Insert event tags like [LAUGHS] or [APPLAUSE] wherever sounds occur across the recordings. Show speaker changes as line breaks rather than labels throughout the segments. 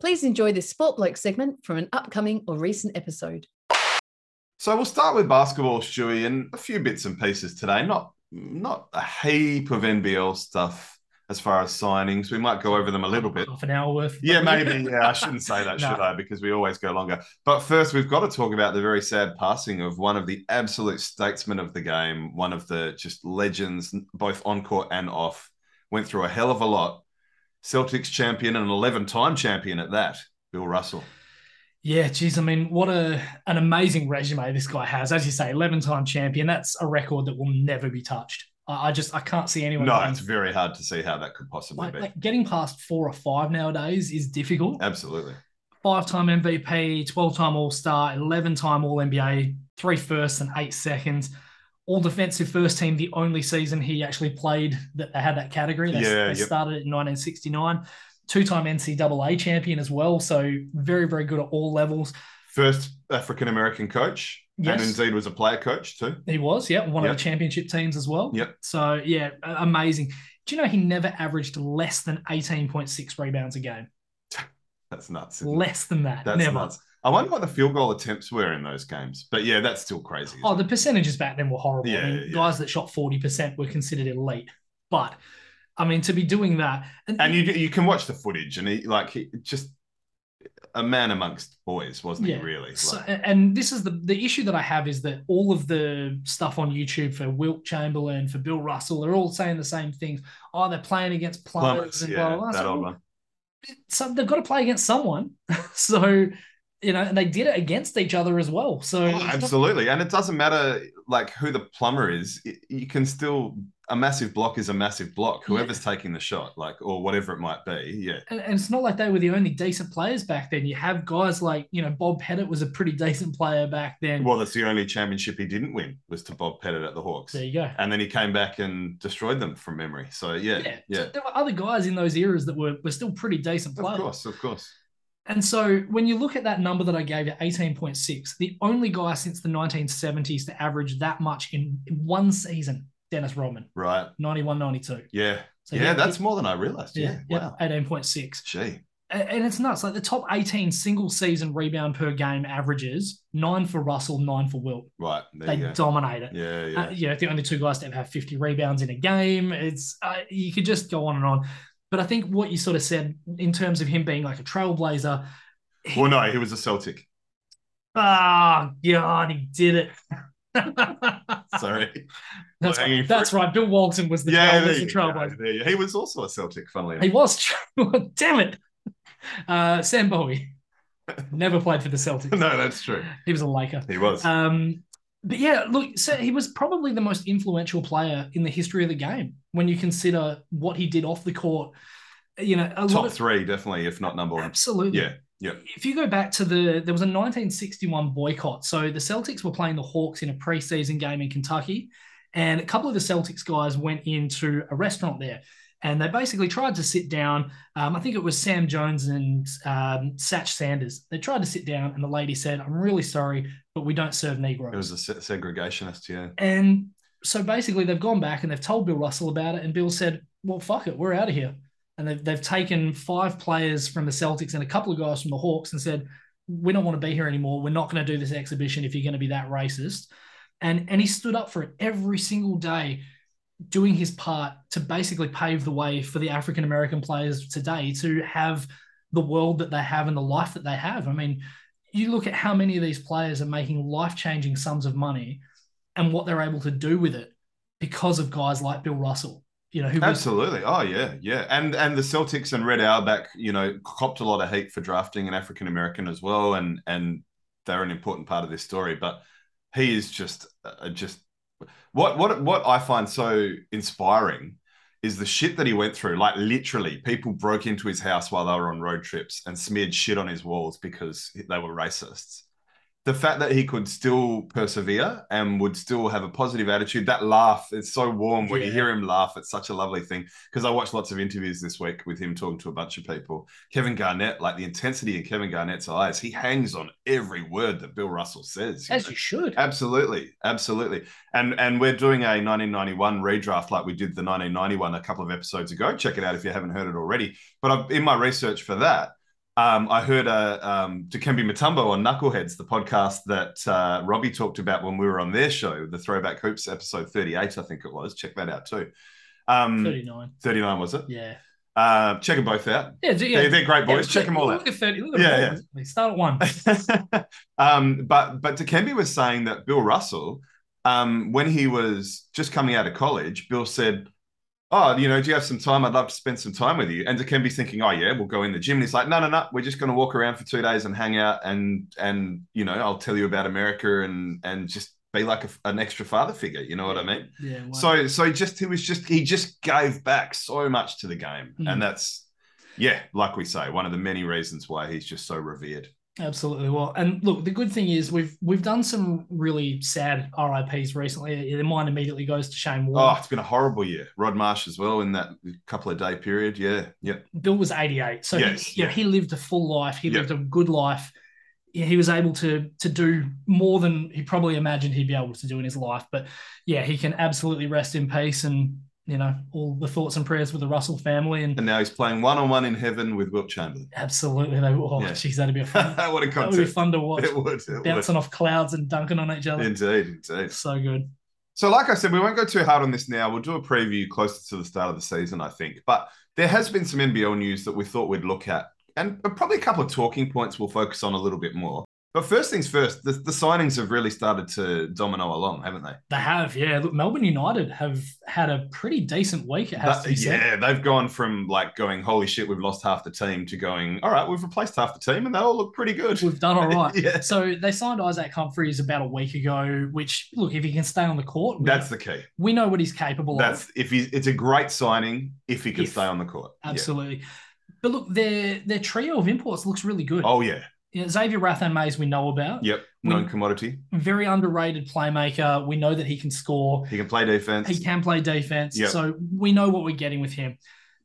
Please enjoy this Sport Bloke segment from an upcoming or recent episode.
So we'll start with basketball, Stewie, and a few bits and pieces today. Not not a heap of NBL stuff as far as signings. We might go over them a little bit.
Half an hour worth.
Yeah, maybe. Yeah, I shouldn't say
[LAUGHS]
that,
No.
should I? Because we always go longer. But first, we've got to talk about the very sad passing of one of the absolute statesmen of the game, one of the just legends, both on court and off. Went through a hell of a lot. Celtics champion and an 11 time champion at that, Bill Russell.
Yeah, geez, I mean, what a an amazing resume this guy has. As you say, eleven time champion. That's a record that will never be touched. I, I just I can't see anyone.
No,
getting-
it's very hard to see how that could possibly
like,
be.
like getting past four or five nowadays is difficult.
Absolutely.
Five time MVP, twelve time All Star, eleven time All NBA, three firsts and eight seconds. All defensive first team, the only season he actually played that they had that category. They,
Yeah,
they
yep.
started in 1969. Two time NCAA champion as well. So very, very good at all levels.
First African American coach,
Yes.
and indeed was a player coach too.
He was, yeah, one
Yep.
of the championship teams as well.
Yep.
So yeah, a- amazing. Do you know he never averaged less than eighteen point six rebounds a game?
That's nuts. isn't it?
Less than that,
That's
never.
nuts. I wonder what the field goal attempts were in those games. But yeah, that's still crazy.
Oh, the percentages back then were horrible.
Yeah,
I mean,
yeah, yeah.
guys that shot forty percent were considered elite. But I mean, to be doing that,
and you you can watch the footage, and he like he just a man amongst boys, wasn't
Yeah.
he? Really. Like,
So, and this is the the issue that I have is that all of the stuff on YouTube for Wilt Chamberlain, for Bill Russell, they're all saying the same things. Oh, they're playing against plumbers,
plumbers,
and
yeah,
blah blah blah.
that
So,
old one.
so they've got to play against someone. [LAUGHS] so, you know, and they did it against each other as well. So,
Oh,
it's not-
absolutely, and it doesn't matter like who the plumber is. y- You can still a massive block is a massive block.
Yeah.
Whoever's taking the shot, like or whatever it might be, yeah.
and, and it's not like they were the only decent players back then. You have guys like, you know, Bob Pettit was a pretty decent player back then.
Well, that's the only championship he didn't win was to Bob Pettit at the Hawks,
there you go.
and then he came back and destroyed them from memory. So yeah, yeah,
So there were other guys in those eras that were, were still pretty decent
of
players.
course, of course.
And so when you look at that number that I gave you, 18.6, the only guy since the 1970s to average that much in one season, Dennis Rodman,
Right.
91 92.
Yeah.
So
yeah,
he-
that's
he-
more than I realized. Yeah.
yeah,
Wow.
18.6.
Gee.
A- and it's nuts. Like the top 18 single season rebound per game averages nine for Russell, nine for Wilt.
Right. There
They
you go.
dominate it.
Yeah. Yeah.
Uh, you know, the only two guys to ever have 50 rebounds in a game. It's uh, you could just go on and on. But I think what you sort of said in terms of him being like a trailblazer. he-
well, no, he was a Celtic.
[LAUGHS] Ah, God, he did it. [LAUGHS]
Sorry.
that's,
hanging fruit.
that's right. Bill Walton was
[LAUGHS]
the,
yeah.
trail-
There
was the
you go.
trailblazer.
There you- He was also a Celtic, funnily
He
enough.
was. [LAUGHS] trail- Damn it. Uh,
[LAUGHS]
Sam Bowie never played for the Celtics.
no, that's true.
He was a Laker.
He was.
Um, but yeah, look, so he was probably the most influential player in the history of the game when you consider what he did off the court. You know, a lot
Top
of
three, definitely, if not number one.
absolutely.
Yeah, yeah.
If you go back to the, there was a 1961 boycott. So the Celtics were playing the Hawks in a preseason game in Kentucky, and a couple of the Celtics guys went into a restaurant there, and they basically tried to sit down. Um, I think it was Sam Jones and um, Satch Sanders. They tried to sit down, and the lady said, "I'm really sorry, but we don't serve Negroes."
It was a se- segregationist. Yeah.
And so basically, they've gone back and they've told Bill Russell about it. And Bill said, Well, fuck it, we're out of here. And they've, they've taken five players from the Celtics and a couple of guys from the Hawks and said, We don't want to be here anymore. We're not going to do this exhibition if you're going to be that racist. And, and he stood up for it every single day, doing his part to basically pave the way for the African American players today to have the world that they have and the life that they have. I mean, you look at how many of these players are making life changing sums of money and what they're able to do with it because of guys like Bill Russell, you know, who was
Absolutely. Oh yeah, yeah. And and the Celtics and Red Auerbach, you know, copped a lot of heat for drafting an African American as well, and and they're an important part of this story. But he is just uh, just what what what I find so inspiring is the shit that he went through. Like literally, people broke into his house while they were on road trips and smeared shit on his walls because they were racists. The fact that he could still persevere and would still have a positive attitude, that laugh, it's so warm when you
Yeah.
hear him laugh. It's such a lovely thing. Because I watched lots of interviews this week with him talking to a bunch of people. Kevin Garnett, like the intensity in Kevin Garnett's eyes, he hangs on every word that Bill Russell says. you know?
as you should.
Absolutely, absolutely, and and we're doing a 1991 redraft like we did the 1991 a couple of episodes ago. Check it out if you haven't heard it already. But I've, in my research for that, Um, I heard uh, um, Dikembe Mutombo on Knuckleheads, the podcast that uh, Robbie talked about when we were on their show, the Throwback Hoops episode 38, I think it was. Check that out too. Um,
39.
39, was it?
Yeah.
Uh, check them both out.
Yeah. do- yeah.
They're, they're great boys.
Yeah,
check them all out.
Look at 30. Look at
Yeah,
all
yeah.
of them. They Start at
[LAUGHS]
one.
um, but but Dikembe was saying that Bill Russell, um, when he was just coming out of college, Bill said, "Oh, you know, do you have some time? I'd love to spend some time with you." And Dikembe's thinking, "Oh yeah, we'll go in the gym." And he's like, "No, no, no, we're just going to walk around for two days and hang out, and and you know, I'll tell you about America and and just be like a, an extra father figure." You know what I mean?
Yeah. Wow.
So so just he was just he just gave back so much to the game,
Mm.
and that's yeah, like we say, one of the many reasons why he's just so revered.
Absolutely. Well, and look, the good thing is we've we've done some really sad RIPS recently. Yeah, Mine immediately goes to Shane
Oh,
Warne.
it's been a horrible year. Rod Marsh as well in that couple of day period. Yeah, yeah.
Bill was 88, so
Oh. Yes,
he, yeah,
yeah.
he lived a full life. He
Yeah.
lived a good life. Yeah, He was able to to do more than he probably imagined he'd be able to do in his life. But yeah, he can absolutely rest in peace, and you know all the thoughts and prayers with the Russell family. And
And now he's playing one on one in heaven with Wilt Chamberlain. [LAUGHS]
absolutely, they oh,
Yeah.
geez, that'd be a
[LAUGHS]
fun,
what a
that would be
concept!
fun to watch,
It would. It would.
bouncing off clouds and dunking on each other.
Indeed, indeed.
So good.
So, like I said, we won't go too hard on this now. We'll do a preview closer to the start of the season, I think. But there has been some NBL news that we thought we'd look at, and probably a couple of talking points we'll focus on a little bit more. But first things first, the, the signings have really started to domino along, haven't they?
They have, yeah. Look, Melbourne United have had a pretty decent week. It has
That-
to be said.
yeah, they've gone from like going, holy shit, we've lost half the team to going, all right, we've replaced half the team and they all look pretty good. [LAUGHS]
We've done all right.
Yeah.
So they signed Isaac Humphries about a week ago. Which, look, if he can stay on the court, we,
That's the key.
we know what he's capable of.
That's if he's it's a great signing if he can
If.
stay on the court. Yeah.
Absolutely. But look, their their trio of imports looks really good.
Oh yeah.
You know, Xavier Rathan Mays, we know about.
Yep.
We-
Non commodity.
Very underrated playmaker. We know that he can score.
He can play defense.
He can play defense.
Yep.
So we know what we're getting with him.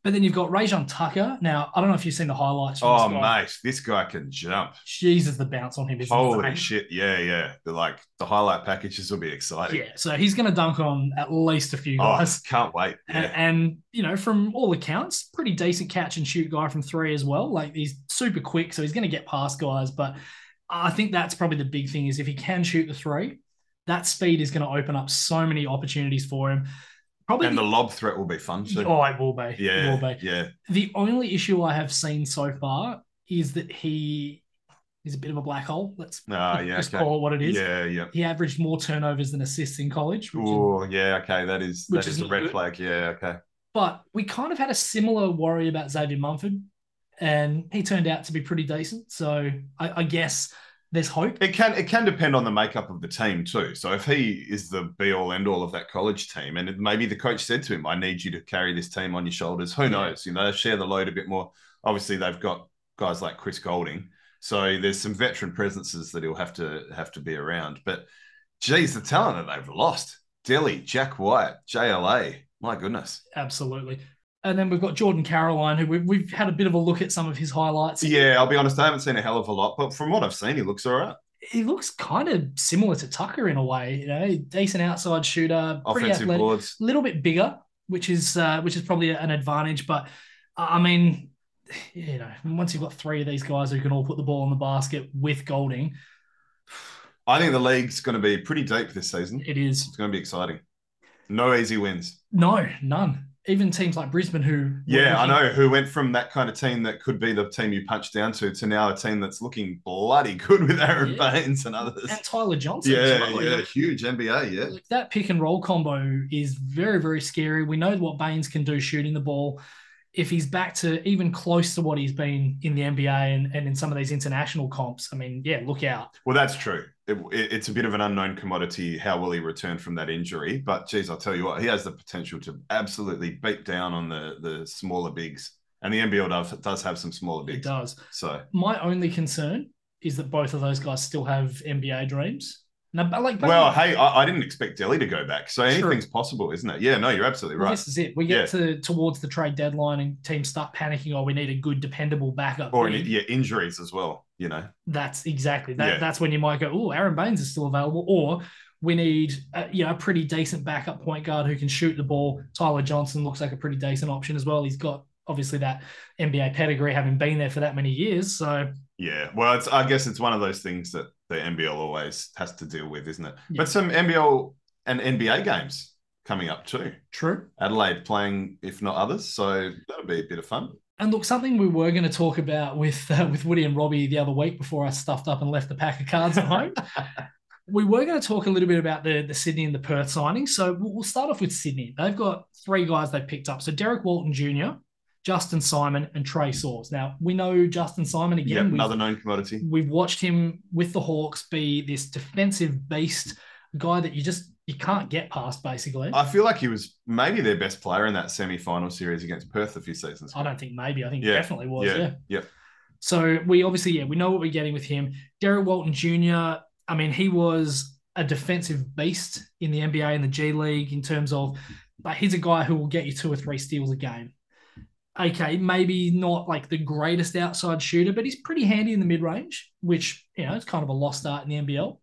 But then you've got Rajon Tucker. Now, I don't know if you've seen the highlights. From
oh
this guy.
mate, this guy can jump.
Jesus, the bounce on him is
Holy
insane.
shit. Yeah, yeah. They're like the highlight packages will be exciting.
Yeah, so he's going to dunk on at least a few
Oh, I
guys.
can't wait.
And,
Yeah.
and, you know, from all accounts, pretty decent catch and shoot guy from three as well. Like he's super quick, so he's going to get past guys. But I think that's probably the big thing is if he can shoot the three, that speed is going to open up so many opportunities for him. Probably.
And the lob threat will be fun too.
oh, it will be. It
yeah.
will be.
Yeah.
The only issue I have seen so far is that he is a bit of a black hole. Let's
Ah, yeah.
just
okay.
call it what it is.
Yeah, yeah.
He averaged more turnovers than assists in college, which is
Oh, yeah, okay. That is
Which
that
is
is a
not
red
good.
flag. Yeah, okay.
But we kind of had a similar worry about Xavier Mumford, and he turned out to be pretty decent. So I, I guess there's hope.
It can it can depend on the makeup of the team too. So if he is the be all end all of that college team, and maybe the coach said to him, "I need you to carry this team on your shoulders." Who knows? You know, share the load a bit more. Obviously, they've got guys like Chris Golding, so there's some veteran presences that he'll have to have to be around. But geez, the talent that they've lost: Delhi, Jack White, JLA. My goodness.
Absolutely. And then we've got Jordan Caroline, who we've, we've had a bit of a look at some of his highlights.
Yeah, I'll be honest. I haven't seen a hell of a lot, but from what I've seen, he looks all right.
He looks kind of similar to Tucker in a way, you know, decent outside shooter, pretty
Offensive
athletic,
boards.
a little bit bigger, which is uh, which is probably an advantage. But uh, I mean, you know, once you've got three of these guys who can all put the ball in the basket with Golding,
I think the league's going to be pretty deep this season.
it is
It's going to be exciting. No easy wins.
No, none. Even teams like Brisbane, who were
Yeah, I
looking-
know. Who went from that kind of team that could be the team you punch down to to now a team that's looking bloody good with Aaron
Yeah.
Baines and others.
And
[LAUGHS]
Tyler Johnson. as
Yeah,
well.
yeah, huge NBA. Yeah,
Like, that pick and roll combo is very, very scary. We know what Baines can do shooting the ball. If he's back to even close to what he's been in the NBA and, and in some of these international comps, I mean, yeah, look out.
well, that's true. It, it- it's a bit of an unknown commodity. How will he return from that injury? But geez, I'll tell you what, he has the potential to absolutely beat down on the the smaller bigs, and the NBL does, does have some smaller
It
bigs.
does.
So
My only concern is that both of those guys still have NBA dreams. Now, but like,
well, hey, I, I didn't expect Delhi to go back, so
True.
anything's possible, isn't it? Yeah, no, you're absolutely
Well,
right.
This is it. We get to towards the trade deadline and teams start panicking. Oh, we need a good, dependable backup.
or
big."
in, yeah, injuries as well. You know,
That's exactly that.
Yeah.
That's when you might go, oh, Aaron Baines is still available, or we need a, you know a pretty decent backup point guard who can shoot the ball. Tyler Johnson looks like a pretty decent option as well. He's got obviously that NBA pedigree, having been there for that many years. So
Yeah, well, it's I guess it's one of those things that the NBL always has to deal with, isn't it?
Yeah.
But some NBL and NBA games coming up too.
true.
Adelaide playing, if not others, so that'll be a bit of fun.
And look, something we were going to talk about with uh, with Woody and Robbie the other week before I stuffed up and left the pack of cards at home. we were going to talk a little bit about the the Sydney and the Perth signing. So we'll we'll start off with Sydney. They've got three guys they picked up. So Derek Walton Jr., Justin Simon, and Trey Saws. Now we know Justin Simon
Yeah,
again. we-
another known commodity.
We've watched him with the Hawks be this defensive beast guy that you just you can't get past basically. I,
I feel like he was maybe their best player in that semi-final series against Perth a few seasons. ago.
don't think maybe. I think
Yeah,
definitely was. Yeah.
yep.
So we obviously yeah we know what we're getting with him. Derek Walton Jr. I mean he was a defensive beast in the NBA and the G League in terms of, but he's a guy who will get you two or three steals a game. Okay, maybe not like the greatest outside shooter, but he's pretty handy in the mid range, which you know it's kind of a lost art in the NBL.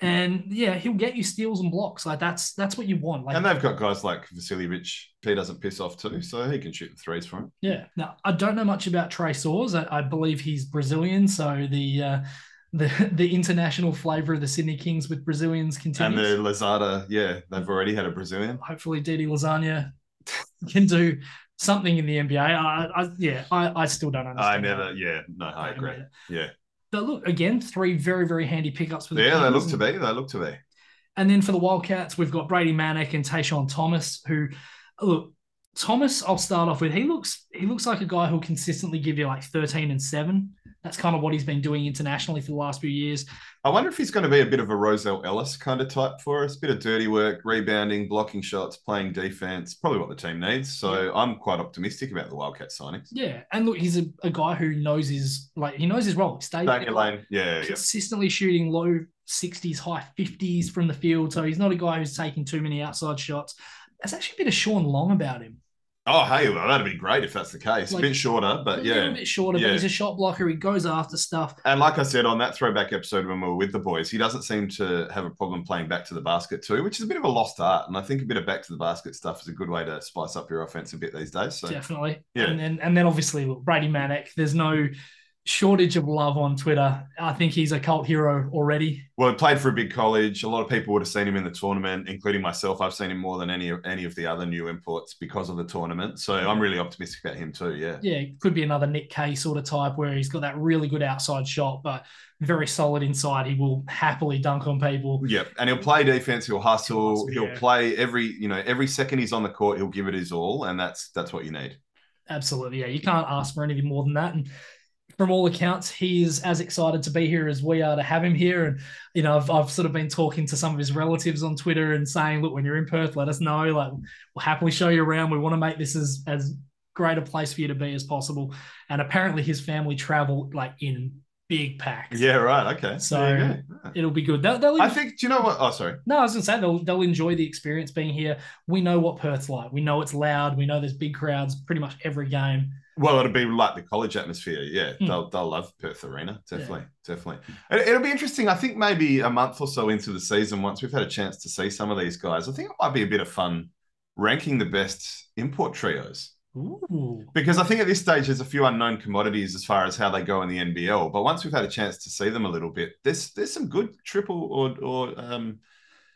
And yeah, he'll get you steals and blocks. Like that's that's what you want. Like
And they've got guys like Vasiljevic. He doesn't piss off too, so he can shoot the threes from him.
Yeah. Now I don't know much about Trey Saws. I, I believe he's Brazilian, so the uh, [LAUGHS] the the international flavour of the Sydney Kings with Brazilians
And
continues.
the Lazada, yeah, they've already had a Brazilian.
Hopefully, Didi Lasagna [LAUGHS] can do something in the NBA. I, I yeah, I, I still don't
I
understand.
never,
that.
yeah, no, I
Don't
agree.
get it.
Yeah,
But look again, three very very handy pickups for the
yeah, they
Kings.
look to be. They look to be.
And then for the Wildcats, we've got Brady Manick and Tayshawn Thomas, who look Thomas. I'll start off with. He looks he looks like a guy who'll consistently give you like thirteen and seven. That's kind of what he's been doing internationally for the last few years.
I wonder if he's going to be a bit of a Roselle Ellis kind of type for us. Bit of dirty work, rebounding, blocking shots, playing defense. Probably what the team needs. So I'm quite optimistic about the Wildcat signings.
Yeah, and look, he's a, a guy who knows his like he knows his role. He stays
Stay in your lane. Yeah, yeah.
consistently shooting low sixties, high fifties from the field. So he's not a guy who's taking too many outside shots. There's actually a bit of Sean Long about him.
Oh, hey, well, that'd be great if that's the case.
Like-
a bit shorter, but
a
Uh, yeah.
little bit shorter,
Yeah.
but he's a shot blocker. He goes after stuff.
And like I said on that throwback episode when we were with the boys, he doesn't seem to have a problem playing back to the basket too, which is a bit of a lost art. And I think a bit of back to the basket stuff is a good way to spice up your offense a bit these days. So
Definitely.
Yeah.
And then and then obviously look, Brady Manick, there's no shortage of love on Twitter. I think he's a cult hero already.
well, he played for a big college. A lot of people would have seen him in the tournament, including myself. I've seen him more than any any of the other new imports because of the tournament. So I'm really optimistic about him too. Yeah.
Yeah, it could be another Nick Kay sort of type where he's got that really good outside shot, but very solid inside. He will happily dunk on people.
Yep. And he'll play defense, he'll hustle,
Hustle,
he'll
yeah.
play every, you know, every second he's on the court, he'll give it his all. And that's that's what you need.
Absolutely. Yeah. You can't ask for anything more than that. And from all accounts, he is as excited to be here as we are to have him here. And, you know, I've, I've sort of been talking to some of his relatives on Twitter and saying, look, when you're in Perth, let us know. Like, we'll happily show you around. We want to make this as, as great a place for you to be as possible. And apparently his family travel like in big packs.
Yeah, right. Okay.
So-
There you go. Yeah.
It'll be good. They'll, they'll
I think, do you know what? Oh, sorry.
No, I was gonna say they'll they'll enjoy the experience being here. We know what Perth's like. We know it's loud. We know there's big crowds pretty much every game.
Well, it'll be like the college atmosphere. Yeah,
Mm.
they'll, they'll love Perth Arena. Definitely, definitely. It, it'll be interesting. I think maybe a month or so into the season, once we've had a chance to see some of these guys, I think it might be a bit of fun ranking the best import trios
Ooh.
because I think at this stage there's a few unknown commodities as far as how they go in the NBL. But once we've had a chance to see them a little bit, there's there's some good triple or or um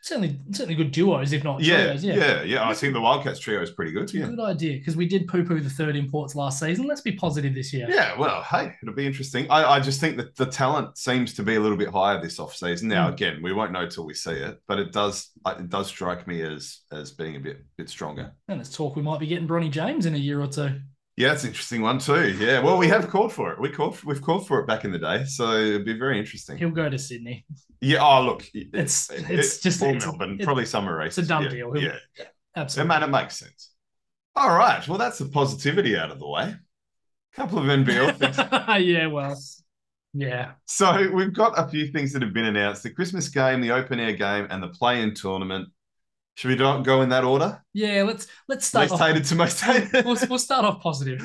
Certainly certainly good duos, if not
yeah
trios.
yeah
Yeah.
yeah. I think the Wildcats trio is pretty good.
It's a
Yeah.
good idea because we did poo-poo the third imports last season. Let's be positive this year.
Yeah, well, hey, it'll be interesting. I, I just think that the talent seems to be a little bit higher this offseason. Now,
Mm.
again, we won't know till we see it, but it does it does strike me as as being a bit bit stronger.
And let's talk we might be getting Bronny James in a year or two.
Yeah, it's an interesting one too. Yeah, well, we have called for it. We called we've called for it back in the day, so it'd be very interesting.
He'll go to Sydney.
Yeah. Oh, look, it-
It's
it-
it's
it-
just
or
it's,
Melbourne,
it's-
probably summer race.
a dumb
yeah,
deal.
Yeah, so
absolutely.
man, it makes sense. All right. Well, that's the positivity out of the way. couple of
[LAUGHS]
NBL things
yeah, well. Yeah.
So [LAUGHS] we've got a few things that have been announced: the Christmas game, the open air game, and the play-in tournament. Should we not go in that order?
Yeah, let's let's start
Most
off,
hated to
[LAUGHS]
most hated.
oh.
[LAUGHS]
we'll, we'll start off positive.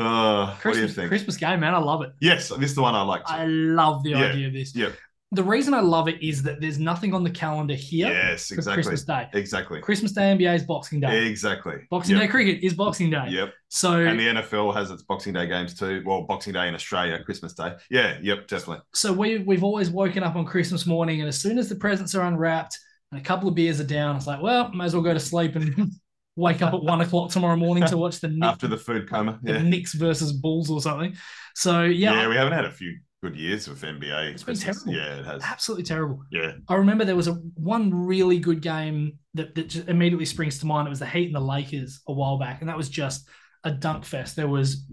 Oh, what do you
Christmas
think?
Christmas Uh, game, man. I love it.
Yes, this is the one I like.
I love the
Yeah.
idea of this.
Yep.
the reason I love it is that there's nothing on the calendar here
Yes,
for
exactly.
Christmas Day.
Exactly.
Christmas Day NBA is Boxing Day.
Exactly.
Boxing
Yep.
Day cricket is Boxing Day.
Yep.
So
And the NFL has its Boxing Day games too. Well, Boxing Day in Australia, Christmas Day. Yeah. Yep. Definitely.
so we we've always woken up on Christmas morning, and as soon as the presents are unwrapped and a couple of beers are down, it's like, well, may as well go to sleep and [LAUGHS] wake up at one o'clock tomorrow morning to watch the Knicks,
After the food coma.
the
Yeah.
Knicks versus Bulls or something. So
yeah.
yeah,
We haven't had a few good years with NBA.
It's been
Christmas.
terrible.
Yeah, it has.
absolutely terrible.
Yeah.
I remember there was a one really good game that, that just immediately springs to mind. It was the Heat and the Lakers a while back, and that was just a dunk fest. There was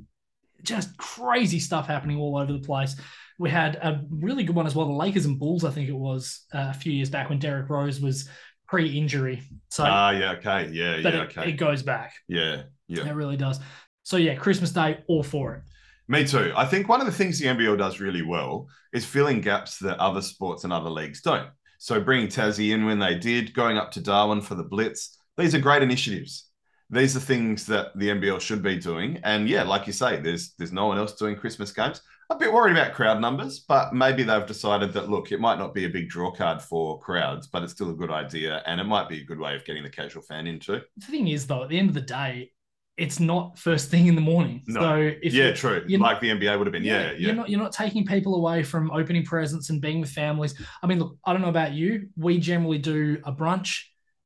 just crazy stuff happening all over the place. We had a really good one as well, the Lakers and Bulls. I think it was uh, a few years back when Derrick Rose was pre-injury. So,
Ah, yeah. Okay. Yeah.
but
Yeah.
it,
Okay.
it goes back.
yeah. Yeah.
It really does. So yeah, Christmas Day, all for it.
Me too. I think one of the things the NBL does really well is filling gaps that other sports and other leagues don't. So bringing Tassie in when they did, going up to Darwin for the Blitz. These are great initiatives. These are things that the NBL should be doing. And yeah, like you say, there's there's no one else doing Christmas games. A bit worried about crowd numbers, but maybe they've decided that look, it might not be a big draw card for crowds, but it's still a good idea, and it might be a good way of getting the casual fan into.
The thing is, though, at the end of the day, it's not first thing in the morning.
No.
So if
yeah,
you-
true.
you're
Like the NBA would have been. Yeah, yeah.
You're not you're not taking people away from opening presents and being with families. I mean, look, I don't know about you. We generally do a brunch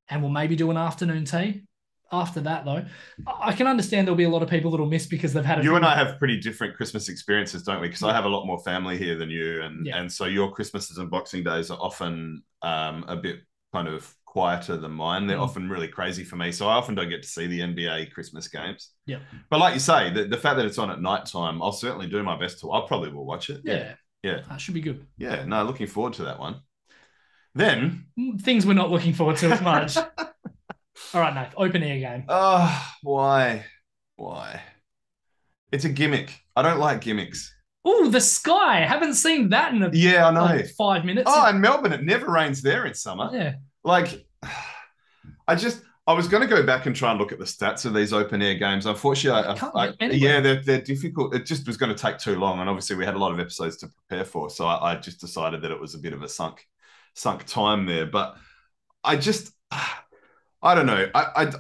and we'll maybe do an afternoon tea. After that, though, I- I can understand there'll be a lot of people that'll miss because they've had a
you and I have pretty different Christmas experiences, don't we? Because I have a lot more family here than you, and
Yeah.
and so your Christmases and Boxing Days are often um, a bit kind of quieter than mine. They're
Mm.
often really crazy for me, so I often don't get to see the NBA Christmas games.
Yeah.
but like you say, the, the fact that it's on at night time, I'll certainly do my best to. I probably will watch it.
yeah,
Yeah.
that should be good.
yeah. No, looking forward to that one. Then,
Mm, Things we're not looking forward to
[LAUGHS]
as much. All right, Nath, open air game.
oh, why, why? It's a gimmick. I don't like gimmicks.
Oh, the sky! Haven't seen that in a,
Yeah, I know.
like, five minutes. [LAUGHS]
Oh, and Melbourne, it never rains there in summer.
yeah,
like [SIGHS] I just I was going to go back and try and look at the stats of these open air games. Unfortunately, I,
Can't
I-
get anywhere.
yeah, they're, they're difficult. It just was going to take too long, and obviously we had a lot of episodes to prepare for, so I, I just decided that it was a bit of a sunk sunk time there. But I just [SIGHS] I don't know. I I,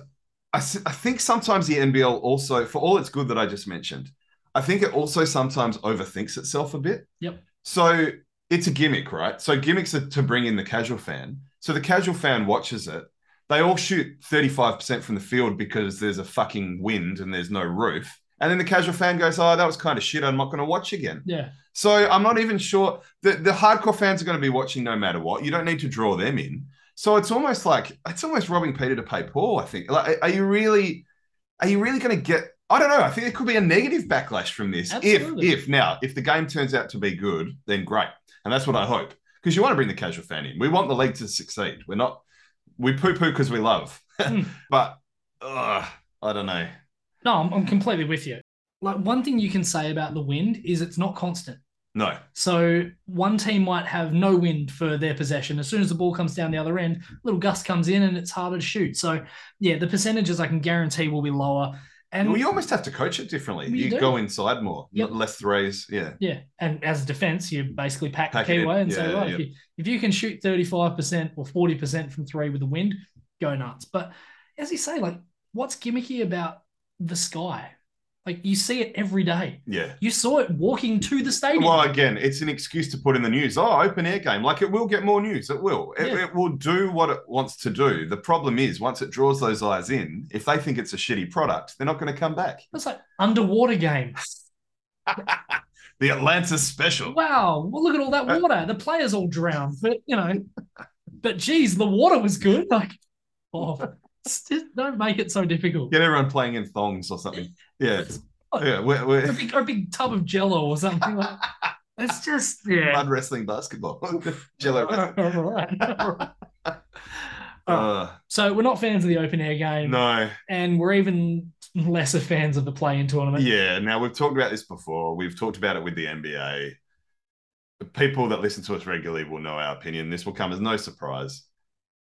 I s- I think sometimes the NBL also, for all its good that I just mentioned, I think it also sometimes overthinks itself a bit.
Yep.
So it's a gimmick, right? So gimmicks are to bring in the casual fan. So the casual fan watches it. They all shoot 35% from the field because there's a fucking wind and there's no roof. And then the casual fan goes, Oh, that was kind of shit. I'm not going to watch again.
yeah.
So I'm not even sure the, the hardcore fans are going to be watching no matter what. You don't need to draw them in. So it's almost like it's almost robbing Peter to pay Paul. I think. Like, are you really, are you really going to get? I don't know. I think there could be a negative backlash from this.
Absolutely.
If if now if the game turns out to be good, then great, and that's what I hope because you want to bring the casual fan in. We want the league to succeed. We're not we poo poo because we love,
Hmm.
[LAUGHS] but ugh, I don't know.
No, I'm, I'm completely with you. Like one thing you can say about the wind is it's not constant.
No,
So one team might have no wind for their possession. As soon as the ball comes down the other end, a little gust comes in and it's harder to shoot. So yeah, the percentages I can guarantee will be lower. And
well, you almost have to coach it differently.
Well, you
you
do.
go inside more,
Yep.
less threes. Yeah.
yeah, and as a defense, you basically pack,
Pack
the
it
key
in.
away and say,
Yeah,
right,
yeah.
if, you, if you can shoot 35% or 40% from three with the wind, go nuts. But as you say, like what's gimmicky about the sky? Like you see it every day.
Yeah.
You saw it walking to the stadium.
Well, again, it's an excuse to put in the news. Oh, open air game. Like it will get more news. It will. It,
Yeah.
it will do what it wants to do. The problem is, once it draws those eyes in, if they think it's a shitty product, they're not going to come back.
it's like underwater game.
The Atlanta special.
wow, well, look at all that
Uh,
water. The players all drowned, but you know, but geez, the water was good. Like, oh, it's just don't make it so difficult.
Get everyone playing in thongs or something. Yeah. Yeah. We're,
A
we're
big, a big tub of jello or something. Like,
[LAUGHS]
it's just yeah.
mud wrestling basketball. [LAUGHS]
[LAUGHS]
Jello. wrestling.
All right, all right.
Uh,
So we're not fans of the open air game,
no.
and we're even lesser fans of the play-in tournament.
Yeah. Now we've talked about this before. We've talked about it with the NBA. The people that listen to us regularly will know our opinion. This will come as no surprise.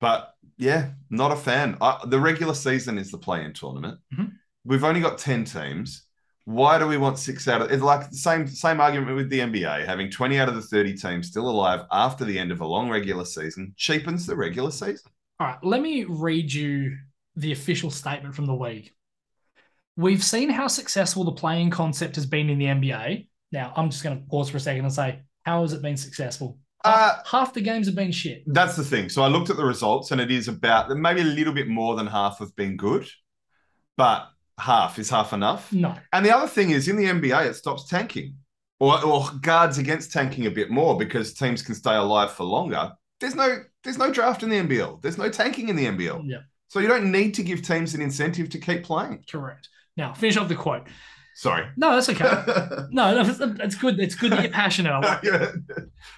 But yeah, not a fan. I, the regular season is the play-in tournament.
Mhm.
We've only got ten teams. why do we want six out of it's like the same same argument with the NBA having 20 out of the 30 teams still alive after the end of a long regular season cheapens the regular season.
All right, let me read you the official statement from the league. We've seen how successful the playing concept has been in the NBA. Now, I'm just going to pause for a second and say, how has it been successful?
Uh,
Half, half the games have been shit.
That's the thing. So I looked at the results and it is about maybe a little bit more than half have been good, but half is half enough.
No.
And the other thing is in the NBA, it stops tanking or, or guards against tanking a bit more because teams can stay alive for longer. There's no there's no draft in the NBL. There's no tanking in the NBL.
Yeah,
So you don't need to give teams an incentive to keep playing.
correct. Now, finish off the quote.
Sorry. [LAUGHS]
No, that's okay. no, that's, that's good. It's good that you're passionate. I like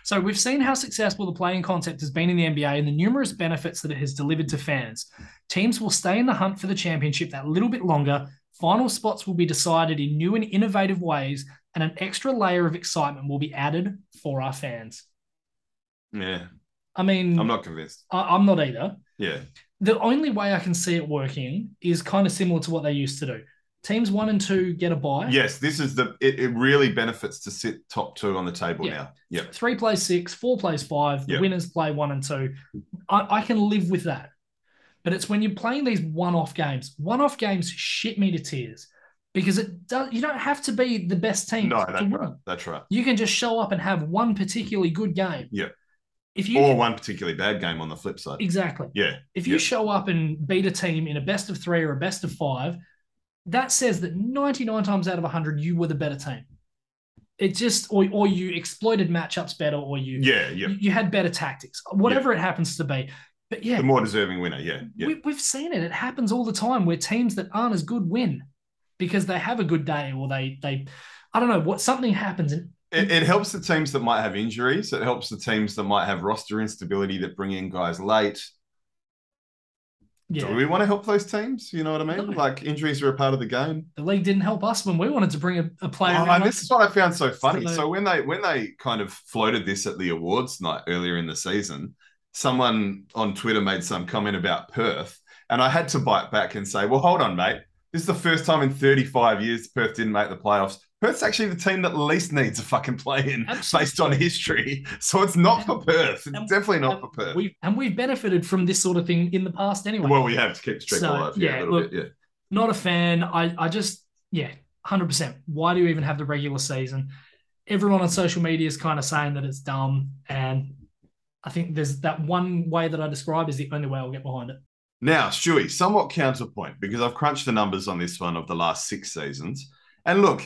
So we've seen how successful the playing concept has been in the NBA and the numerous benefits that it has delivered to fans. Teams will stay in the hunt for the championship that little bit longer. Final spots will be decided in new and innovative ways, and an extra layer of excitement will be added for our fans.
yeah.
I mean,
I'm not convinced.
I, am not either.
Yeah.
The only way I can see it working is kind of similar to what they used to do. Teams one and two get a bye.
Yes, this is the it, it really benefits to sit top two on the table
Yeah.
now. Yep.
Three plays six, four plays five. The
Yeah.
winners play one and two. I, I can live with that. But it's when you're playing these one-off games. One-off games shit me to tears because it does. You don't have to be the best team
No,
to
that's
win.
right. That's right.
You can just show up and have one particularly good game.
Yeah.
If you
Or one particularly bad game on the flip side.
exactly
Yeah.
if you
Yeah.
show up and beat a team in a best of three or a best of five, that says that 99 times out of 100, you were the better team. It just, or, or you exploited matchups better, or you,
Yeah. Yeah.
you, you had better tactics, whatever it happens to be. But yeah,
The more deserving winner. Yeah. Yeah.
we, we've seen it. It happens all the time where teams that aren't as good win because they have a good day or they, they, I don't know what something happens. And
It, it helps the teams that might have injuries. It helps the teams that might have roster instability that bring in guys late.
yeah,
Do we want to help those teams? You know what I mean?
No.
Like injuries are a part of the game.
the league didn't help us when we wanted to bring a, a player.
Oh,
in.
and this is what I found so funny.
Absolutely.
So when they when they kind of floated this at the awards night earlier in the season, someone on Twitter made some comment about Perth, and I had to bite back and say, "Well, hold on, mate. This is the first time in 35 years Perth didn't make the playoffs. Perth's actually the team that least needs a fucking play in
Absolutely.
based on history. [LAUGHS] So it's not for Perth. It's
And-
definitely not
and
for Perth.
We've, and we've benefited from this sort of thing in the past anyway.
well, we have to keep streak
So,
alive here a
yeah,
little
look,
bit. Yeah.
Not a fan. I, I just, yeah, 100%. Why do you even have the regular season? Everyone on social media is kind of saying that it's dumb. And I think there's that one way that I describe is the only way I'll get behind it.
Now, Stewie, somewhat counterpoint because I've crunched the numbers on this one of the last six seasons. And look,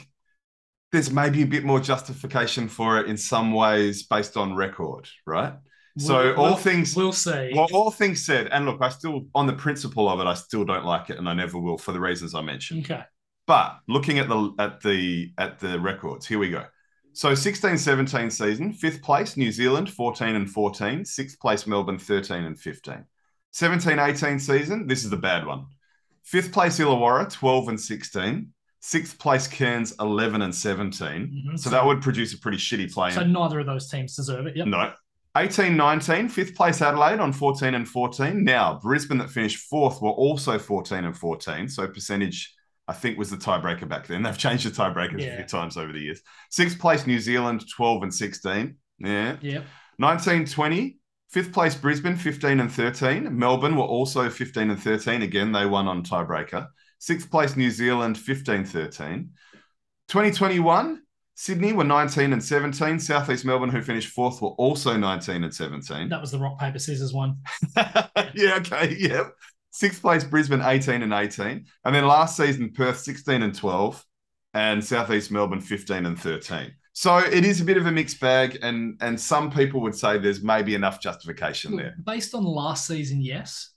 there's maybe a bit more justification for it in some ways based on record, right? So
We'll-
all
we'll-
things
We'll see.
well, all things said, and look, I still on the principle of it, I still don't like it and I never will for the reasons I mentioned.
okay.
But looking at the at the at the records, here we go. So 16-17 season, fifth place New Zealand 14 and 14, sixth place Melbourne 13 and 15. 17-18 season, this is the bad one. Fifth place Illawarra 12 and 16, sixth place Cairns 11 and 17.
Mhm.
So that would produce a pretty shitty play.
So neither of those teams deserve it. Yep.
No. 18 19, fifth place Adelaide on 14 and 14. Now, Brisbane that finished fourth were also 14 and 14. So, percentage, I think, was the tiebreaker back then. [LAUGHS] They've changed the tiebreakers a
Yeah.
few times over the years. Sixth place New Zealand, 12 and 16. Yeah.
Yep.
19 20, fifth place Brisbane, 15 and 13. Melbourne were also 15 and 13. Again, they won on tiebreaker. Sixth place New Zealand, 15 13. 2021, Sydney were 19 and 17. Southeast Melbourne, who finished fourth, were also 19 and 17.
That was the rock, paper, scissors one.
[LAUGHS] yeah, okay, yep. Sixth place Brisbane, 18 and 18. And then last season, Perth, 16 and 12. And Southeast Melbourne, 15 and 13. So it is a bit of a mixed bag, and and some people would say there's maybe enough justification
Look,
there.
Based on last season, yes.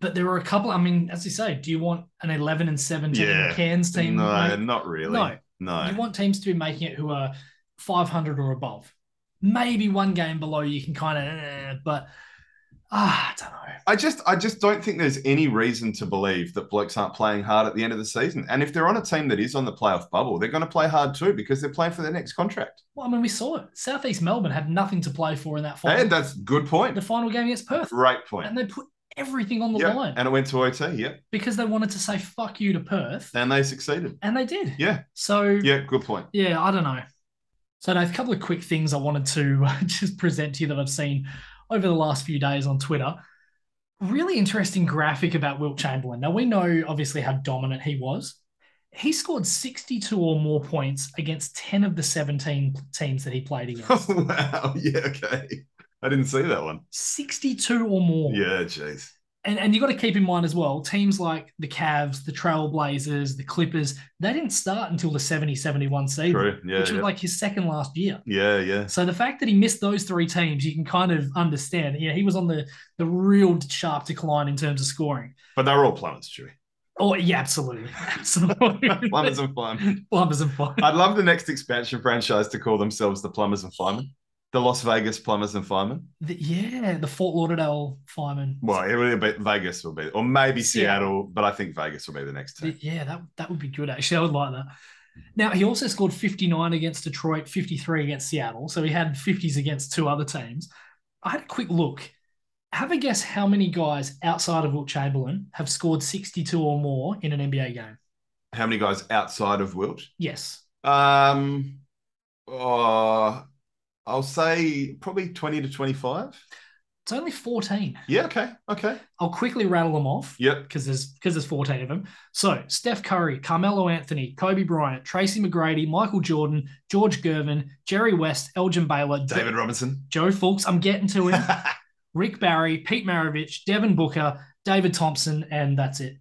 But there were a couple. I mean, as you say, do you want an 11 and 17
Yeah.
Cairns team?
no,
mate?
not really.
No.
no.
You want teams to be making it who are 500 or above. Maybe one game below you can kind of, but ah, I don't know.
I just I just don't think there's any reason to believe that blokes aren't playing hard at the end of the season. And if they're on a team that is on the playoff bubble, they're going to play hard too because they're playing for their next contract.
Well, I mean, we saw it. Southeast Melbourne had nothing to play for in that final.
And that's a good
the
point.
final game against Perth,
Great point.
and they put everything on the
Yeah,
line
and it went to OT. Yeah,
because they wanted to say fuck you to Perth,
and they succeeded.
and they did.
Yeah.
So
Yeah, good point.
yeah, I don't know. So Dave, a couple of quick things I wanted to [LAUGHS] just present to you that I've seen over the last few days on Twitter. Really interesting graphic about Wilt Chamberlain. Now we know obviously how dominant he was. He scored 62 or more points against 10 of the 17 teams that he
[LAUGHS]
played against.
wow. Yeah. Okay. I didn't see that one.
62 or more.
Yeah. Jeez.
and, and you got to keep in mind as well, teams like the Cavs, the Trailblazers, the Clippers, they didn't start until the 70 71 season,
True. Yeah.
which
yeah.
was like his second last year.
yeah. Yeah.
So the fact that he missed those three teams, you can kind of understand. You know, he was on the, the real sharp decline in terms of scoring.
But they're all plumbers, Chewy.
Oh, yeah, absolutely. [LAUGHS] Absolutely. [LAUGHS]
plumbers and firemen.
Plumbers and fire.
I'd love the next expansion franchise to call themselves the Plumbers and Firemen. The Las Vegas Plumbers and Firemen.
The- yeah, the Fort Lauderdale fireman.
Well, it would be Vegas will be, or maybe
Seattle.
Seattle, but I think Vegas will be the next team.
Yeah, that, that would be good, actually. I would like that. Now, he also scored 59 against Detroit, 53 against Seattle. So he had 50s against two other teams. I had a quick look. Have a guess how many guys outside of Wilt Chamberlain have scored 62 or more in an NBA game?
How many guys outside of Wilt?
Yes.
Um, uh, I'll say probably twenty to twenty-five.
It's only 14.
Yeah. Okay. Okay.
I'll quickly rattle them off.
Yep.
because there's because there's 14 of them. So Steph Curry, Carmelo Anthony, Kobe Bryant, Tracy McGrady, Michael Jordan, George Gervin, Jerry West, Elgin Baylor,
David [LAUGHS] Robinson.
Joe Fulks. I'm getting to
[LAUGHS]
him. Rick Barry, Pete Maravich, Devin Booker, David Thompson, and that's it.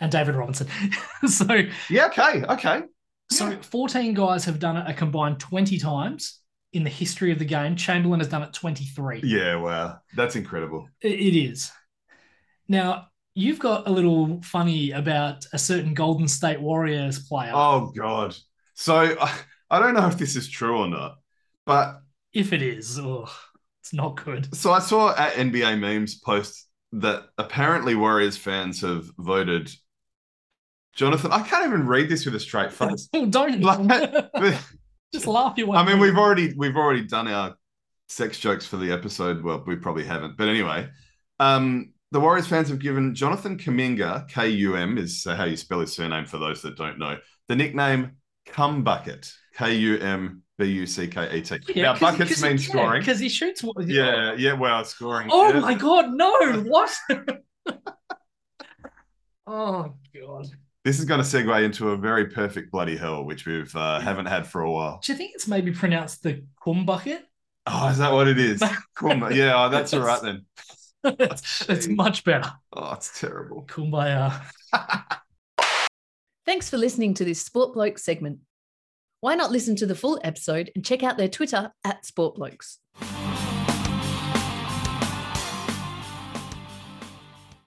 And David Robinson. [LAUGHS] so
yeah. Okay. Okay.
so 14 guys have done it a combined 20 times in the history of the game. Chamberlain has done it 23.
Yeah. Wow. That's incredible.
It- It is. Now, you've got a little funny about a certain Golden State Warriors player.
Oh God. So [LAUGHS] I, I don't know if this is true or not, but
If it is, ugh, it's not good. [LAUGHS]
So I saw at NBA memes post that apparently Warriors fans have voted Jonathan. I can't even read this with a straight [LAUGHS] face.
Don't
Like- But,
[LAUGHS] just laugh your way.
I mean,
through.
we've already we've already done our sex jokes for the episode. Well, we probably haven't, but anyway, um, the Warriors fans have given Jonathan Kaminga K U M is how you spell his surname for those that don't know the nickname Cum Bucket K U M B U C K E T.
Yeah,
Now
'cause-
buckets
'cause-
mean
yeah,
scoring.
because he shoots. wa-
Yeah, yeah, wow, scoring.
Oh
Yeah.
my god, no! What? [LAUGHS] oh god.
This is going to segue into a very perfect bloody hell, which we've uh, haven't had for a while.
Do you think it's maybe pronounced the cum bucket?
Oh, is that what it is? Cool. Yeah, oh, that's all right then.
[LAUGHS] it's much better.
Oh, it's terrible.
Kumbaya.
Thanks for listening to this Sport Bloke segment. Why not listen to the full episode and check out their Twitter at Sport Blokes?